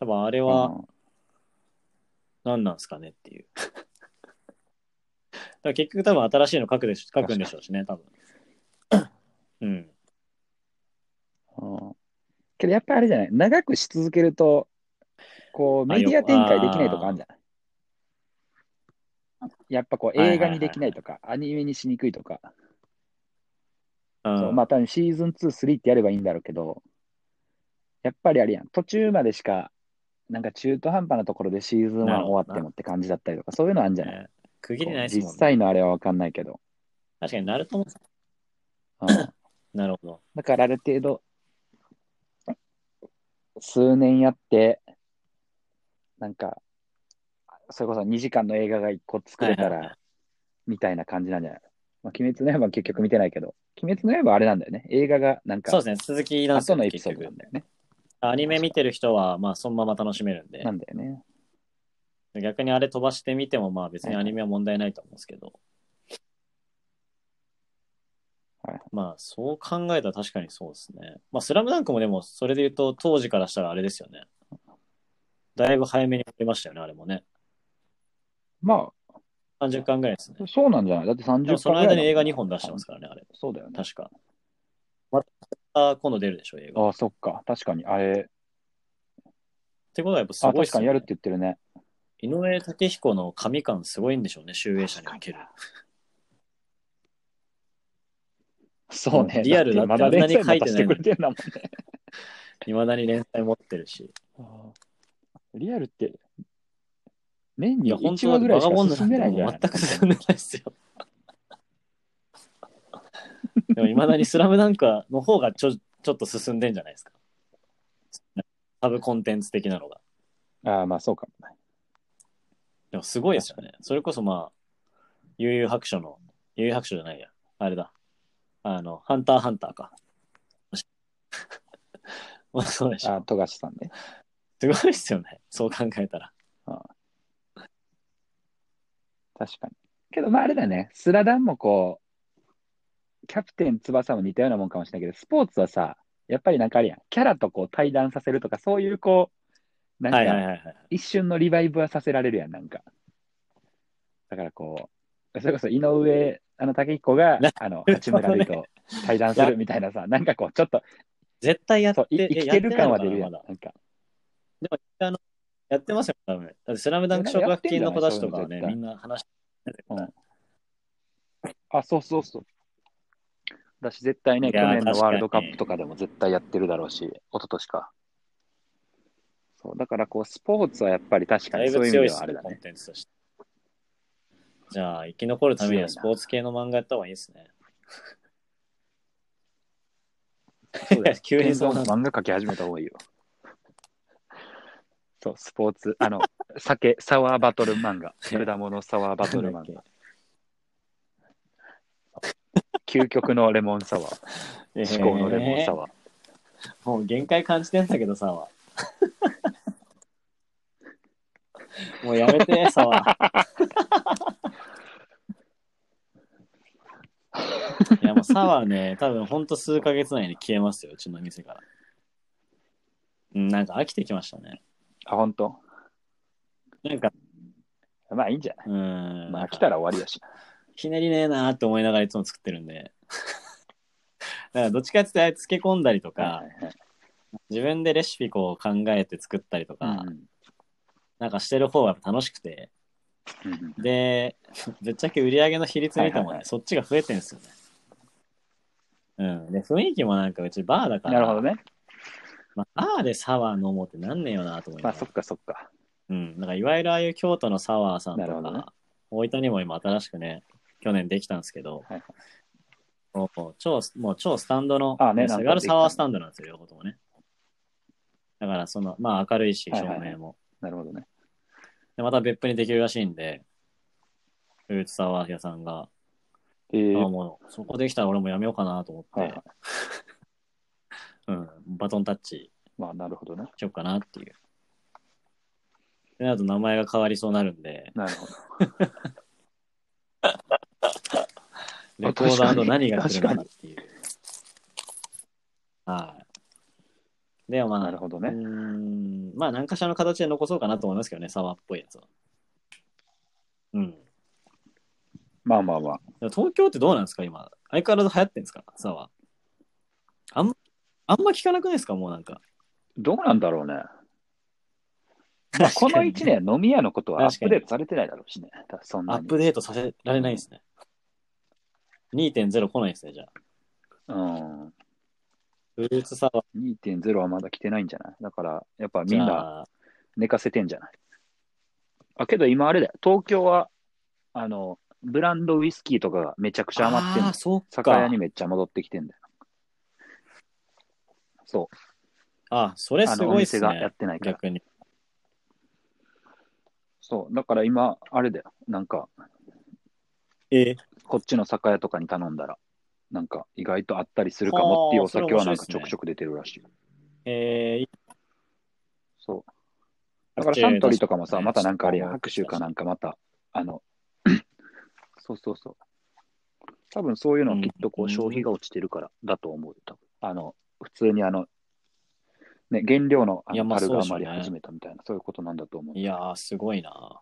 Speaker 2: 多分あれ
Speaker 1: う
Speaker 2: は
Speaker 1: ん
Speaker 2: 何なんですかねっていう。 だから結局多分新しいの書くでし書くんでしょうしね、 多分。うん。
Speaker 1: うんけどやっぱりあれじゃない長くし続けると、こう、
Speaker 2: あ
Speaker 1: メディア展開できないとかあるんじゃないやっぱこう、
Speaker 2: はいはいは
Speaker 1: 映
Speaker 2: いは
Speaker 1: 画
Speaker 2: い
Speaker 1: にできないとか、アニメにしにくいとか。
Speaker 2: うん
Speaker 1: そうまあ多分シーズン2、3ってやればいいんだろうけど、やっぱりあれやん、途中までしか、なんか中途半端なところでシーズン1
Speaker 2: なるほどな
Speaker 1: 終わってもって感じだったりとか、そういうのあるんじゃない
Speaker 2: ね区切りないです
Speaker 1: 実
Speaker 2: もんね。
Speaker 1: 際のあれは分かんない けど。
Speaker 2: 確かにナルトも。
Speaker 1: うん
Speaker 2: なるほど。
Speaker 1: だからある程度、数年やって、なんか、それこそ2時間の映画が1個作れた
Speaker 2: はいはいは
Speaker 1: ら、みたいな感じなんじゃないまあ、鬼滅の刃は結局見てないけど、鬼滅の刃はあれなんだよね。映画がなん
Speaker 2: そう
Speaker 1: か、
Speaker 2: ですね、続きなんで
Speaker 1: 後
Speaker 2: すよ
Speaker 1: の
Speaker 2: ね
Speaker 1: エピソード
Speaker 2: 結
Speaker 1: な
Speaker 2: 局
Speaker 1: んだよね。
Speaker 2: アニメ見てる人は、まあ、そのまま楽しめるんで
Speaker 1: な、んだよね。
Speaker 2: 逆にあれ飛ばしてみても、まあ、別にアニメは問題ないと思うんですけど
Speaker 1: はい。
Speaker 2: まあ、そう考えたら確かにそうですね。まあ、スラムダンクもでも、それで言うと、当時からしたらあれですよね。だいぶ早めに出ましたよね、あれもね。
Speaker 1: ま
Speaker 2: 30巻ぐらいですね
Speaker 1: あ、。そうなんじゃないだって30
Speaker 2: でもその
Speaker 1: 巻ぐらいだ
Speaker 2: 間
Speaker 1: もん
Speaker 2: に映画2本出してますからね、あれ。
Speaker 1: そうだよね。
Speaker 2: 確か。また今度出るでしょ、映画。っ
Speaker 1: ああ、そっか。確かに。あれ、
Speaker 2: てことはやっぱす
Speaker 1: あ
Speaker 2: ごい
Speaker 1: 確
Speaker 2: っす
Speaker 1: か
Speaker 2: よ
Speaker 1: に
Speaker 2: ね
Speaker 1: やるって言ってるね。
Speaker 2: 井上武彦の神感すごいんでしょうね、集英社における。
Speaker 1: そうね。
Speaker 2: リアルだって
Speaker 1: まだ連載またして
Speaker 2: あん
Speaker 1: く
Speaker 2: な
Speaker 1: れ
Speaker 2: に
Speaker 1: てんだもんね。
Speaker 2: いまだに連載持ってるし。
Speaker 1: リアルって、年
Speaker 2: い
Speaker 1: に
Speaker 2: や、本
Speaker 1: 1
Speaker 2: 当
Speaker 1: 話
Speaker 2: は
Speaker 1: ぐら
Speaker 2: バ
Speaker 1: いし
Speaker 2: ガボン
Speaker 1: か
Speaker 2: ド
Speaker 1: 進
Speaker 2: なん
Speaker 1: め
Speaker 2: て
Speaker 1: ないんじゃ
Speaker 2: も
Speaker 1: な
Speaker 2: う
Speaker 1: い
Speaker 2: 全く進んでないですよ。でも、いまだにスラムダンクはの方がちょちょっと進んでんじゃないですか。サブコンテンツ的なのが。
Speaker 1: ああ、まあそうかもね。
Speaker 2: でも、すごいですよね。それこそ、まあ、悠々白書の、悠々白書じゃないや。あれだ。あの、ハンターハンターか。 まあ、そうでしょ
Speaker 1: ああ、富樫さんね。
Speaker 2: すごいっすよね。そう考えたら。
Speaker 1: 確かに。けどまああれだね。スラダンもこう、キャプテン翼も似たようなもんかもしれないけど、スポーツはさ、やっぱりなんかあれやん。キャラとこう対談させるとか、そういうこう、なん
Speaker 2: はいはい
Speaker 1: か
Speaker 2: はいはい。
Speaker 1: 一瞬のリバイブはさせられるやん、なんか。だからこう、それこそ井上、あの、武彦が
Speaker 2: な、
Speaker 1: あの、
Speaker 2: るほどね
Speaker 1: 八村塁と対談するみたいなさ、なんかこう、ちょっと、
Speaker 2: 絶対やっ
Speaker 1: そ
Speaker 2: て
Speaker 1: う、 い生きてる感は出るや。
Speaker 2: やってないのか
Speaker 1: なんか、
Speaker 2: なんまだでも、あの、やってますよ、多分。だって、スラムダンク奨学金の子たちとかはね、
Speaker 1: なんかやって
Speaker 2: み
Speaker 1: ん
Speaker 2: んな話して
Speaker 1: うんあ、そうそうそう。だし、絶対ね、
Speaker 2: い
Speaker 1: 去
Speaker 2: やー
Speaker 1: 年の
Speaker 2: 確か
Speaker 1: ワ
Speaker 2: に
Speaker 1: ールドカップとかでも絶対やってるだろうし、一昨年か。そう、だからこう、スポーツはやっぱり確か
Speaker 2: だ
Speaker 1: に
Speaker 2: い
Speaker 1: そうい
Speaker 2: ぶ
Speaker 1: う意味で
Speaker 2: 強いっ
Speaker 1: は
Speaker 2: す
Speaker 1: あれ
Speaker 2: ね、
Speaker 1: だ
Speaker 2: コン
Speaker 1: ね。
Speaker 2: テンツとして。じゃあ、生き残るためには
Speaker 1: 強い
Speaker 2: ス
Speaker 1: な
Speaker 2: ポーツ系の漫画やった方がいいですね。
Speaker 1: そうだよ
Speaker 2: 急にそうな
Speaker 1: 健
Speaker 2: ん
Speaker 1: 三漫画描き始めた方がいいよ。そう、スポーツ、あの、 酒、サワーバトル漫画。果物サワーバトル漫
Speaker 2: なんだ
Speaker 1: 画
Speaker 2: っ。
Speaker 1: 究極のレモンサワー。
Speaker 2: え
Speaker 1: 至高のレモンサワー。
Speaker 2: ーもう限界感じてんだけどさ。 もうやめ て、さわ。いやもうサワーね、多分ほんと数ヶ月内に消えますよ、うちの店から。うんなんか飽きてきましたね。
Speaker 1: あ、本当。
Speaker 2: なんか、
Speaker 1: まあいいんじゃない
Speaker 2: うん。
Speaker 1: ま
Speaker 2: な
Speaker 1: あ
Speaker 2: んか
Speaker 1: 来たら終わりだし。
Speaker 2: ひねりねえなーって思いながらいつも作ってるんで。 だからどっちかっていうとああいう漬け込んだりとか、
Speaker 1: はいはいはい
Speaker 2: 自分でレシピこう考えて作ったりとか、
Speaker 1: うん
Speaker 2: なんかしてる方が楽しくて、
Speaker 1: うん
Speaker 2: で、ぶっちゃけ売り上げの比率見てもね、
Speaker 1: はいはいはい
Speaker 2: そっちが増えてるんですよね。うん。で、雰囲気もなんかうちバーだから、
Speaker 1: なるほどね。
Speaker 2: まあ、バーでサワー飲もうってなんねえよなと思い
Speaker 1: ま
Speaker 2: ま
Speaker 1: あ
Speaker 2: す、
Speaker 1: そっかそっか。
Speaker 2: うん。なんかいわゆるああいう京都のサワーさんと
Speaker 1: なるほどね
Speaker 2: か、大分にも今新しくね、去年できたんですけど、
Speaker 1: はいはい
Speaker 2: もう超、もう超スタンドの、
Speaker 1: あね
Speaker 2: ね、手
Speaker 1: なんか
Speaker 2: 軽
Speaker 1: できた
Speaker 2: サワースタンドなんですよ、両方ともね。だから、その、まあ明るいし、
Speaker 1: はい
Speaker 2: 照
Speaker 1: はいはい
Speaker 2: 明も。
Speaker 1: なるほどね。
Speaker 2: で、また別府にできるらしいんで、フルーツサワー屋さんが、
Speaker 1: えー
Speaker 2: あもう、そこできたら俺もやめようかなと思って、
Speaker 1: はいはい
Speaker 2: うん、バトンタッチ
Speaker 1: まあなるほどね。
Speaker 2: しようかなっていう。で、あと名前が変わりそうになるんで、
Speaker 1: なるほど。
Speaker 2: レコー
Speaker 1: 確か
Speaker 2: ダーの
Speaker 1: に
Speaker 2: 何が来るのかっていう。はい。ではま
Speaker 1: な
Speaker 2: あ、
Speaker 1: るほど
Speaker 2: う
Speaker 1: ね。
Speaker 2: ーん、まあ何かしらの形で残そうかなと思いますけどね、サワーっぽいやつは。うん。
Speaker 1: まあまあまあ。
Speaker 2: でも東京ってどうなんですか今。相変わらず流行ってんですかサワー。あんあんま聞かなくないですかもうなんか。
Speaker 1: どうなんだろうね。まあ、この1年、飲み屋のことはアップデートされてないだろうしね。だからそん
Speaker 2: ア
Speaker 1: な
Speaker 2: ッ
Speaker 1: に。
Speaker 2: プデートさせられないんですね。2.0来ないですね、じゃあ。
Speaker 1: うん。
Speaker 2: フルーツサワー
Speaker 1: 2.0はまだ来てないんじゃないだから、やっぱみ
Speaker 2: じ
Speaker 1: ん
Speaker 2: ゃ
Speaker 1: な
Speaker 2: あ
Speaker 1: 寝かせてんじゃないあ、けど今あれだよ。東京は、あの、ブランドウイスキーとかがめちゃくちゃ余ってん
Speaker 2: あ
Speaker 1: の
Speaker 2: ー、。そう
Speaker 1: 酒屋
Speaker 2: か
Speaker 1: に。めっちゃ戻ってきてんだよ。そ。
Speaker 2: あ、そうれ
Speaker 1: あ
Speaker 2: す
Speaker 1: の、
Speaker 2: ご
Speaker 1: お
Speaker 2: いっす
Speaker 1: 店がや
Speaker 2: ね
Speaker 1: っ。てないから。
Speaker 2: 逆に。
Speaker 1: そう。だから今、あれだよ。なんか、
Speaker 2: え
Speaker 1: こっちの酒屋とかに頼んだら、なんか意外とあったりするかもっていうお酒はなんかちょくちょく出てるらしい。
Speaker 2: えー、
Speaker 1: そう。だからサントリーとかもさ、
Speaker 2: ね
Speaker 1: またなんかあれや、
Speaker 2: そう
Speaker 1: 拍手かなんかまた、あ の、そうそうそう。多分そういうのきっとこ
Speaker 2: う
Speaker 1: うん消費が落ちてるからだと思うよ、多分。あの、普通にあの、ね、原料のあ
Speaker 2: いや
Speaker 1: の
Speaker 2: まあ
Speaker 1: 樽が
Speaker 2: そうでし
Speaker 1: 余
Speaker 2: ょうね
Speaker 1: り始めたみたいな、そういうことなんだと思う。
Speaker 2: いやー、すごいな。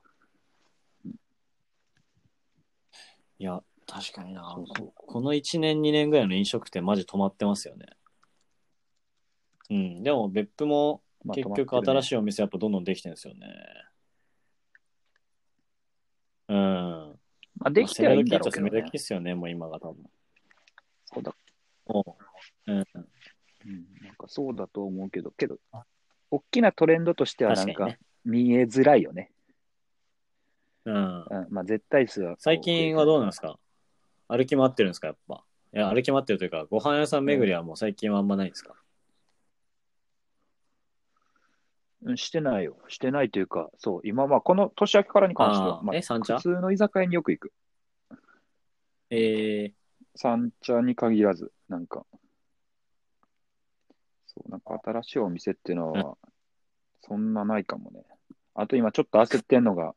Speaker 2: いや、確かにな。
Speaker 1: そうそう
Speaker 2: この1年、2年ぐらいの飲食店、マジ止まってますよね。うん、でも別府も
Speaker 1: まあ
Speaker 2: 結局新しいお店やっぱどんどんできてるんですよね。うん。
Speaker 1: まあ、できてはいいんだろうけど、
Speaker 2: 攻め時
Speaker 1: ね
Speaker 2: っ。すよね、もう今が多分。
Speaker 1: そうだ、
Speaker 2: もう、うん、
Speaker 1: うん、なんかそうだと思うけど、けど、大きなトレンドとしてはなん
Speaker 2: 確か
Speaker 1: か
Speaker 2: にね
Speaker 1: 見えづらいよね。
Speaker 2: うん。
Speaker 1: うん、まあ絶対数は。
Speaker 2: 最近はどうなんですか歩き回ってるんですかやっぱ。いや、歩き回ってるというか、ご飯屋さん巡りはもう最近はあんまないんですか、
Speaker 1: うんしてないよ。してないというか、そう、今、まあ、この年明けからに関しては、
Speaker 2: あー
Speaker 1: まあ、
Speaker 2: え三茶
Speaker 1: 普通の居酒屋によく行く。
Speaker 2: ええ
Speaker 1: 三茶に限らず、なんか、そう、なんか新しいお店っていうのは、そんなないかもね。あと今ちょっと焦ってんのが、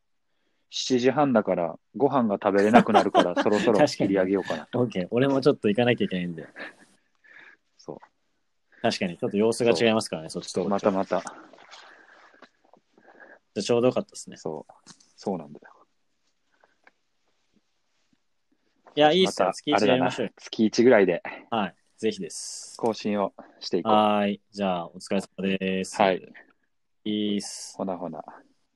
Speaker 1: 7時半だから、ご飯が食べれなくなる から、そろそろ
Speaker 2: 確か
Speaker 1: 切
Speaker 2: に
Speaker 1: り上げようかな。
Speaker 2: オッケー。俺もちょっと行かなきゃいけないんで。
Speaker 1: そう
Speaker 2: 確かに、ちょっと様子が違いますからね、そっち
Speaker 1: ちょ
Speaker 2: と
Speaker 1: っと
Speaker 2: こっ
Speaker 1: ま
Speaker 2: ちは。
Speaker 1: たまた、
Speaker 2: じゃあちょうどよかったですね。
Speaker 1: そう、そうなんだよ。
Speaker 2: いや、いいっすよ
Speaker 1: ま。た
Speaker 2: 月1
Speaker 1: あれ
Speaker 2: やり
Speaker 1: だ
Speaker 2: ま
Speaker 1: な
Speaker 2: しょうよ。
Speaker 1: 月1ぐらいで
Speaker 2: はい。ぜひです。
Speaker 1: 更新をしていこう。
Speaker 2: はーい。じゃあ、お疲れ様です。
Speaker 1: はい。
Speaker 2: いいっす。
Speaker 1: ほなほな。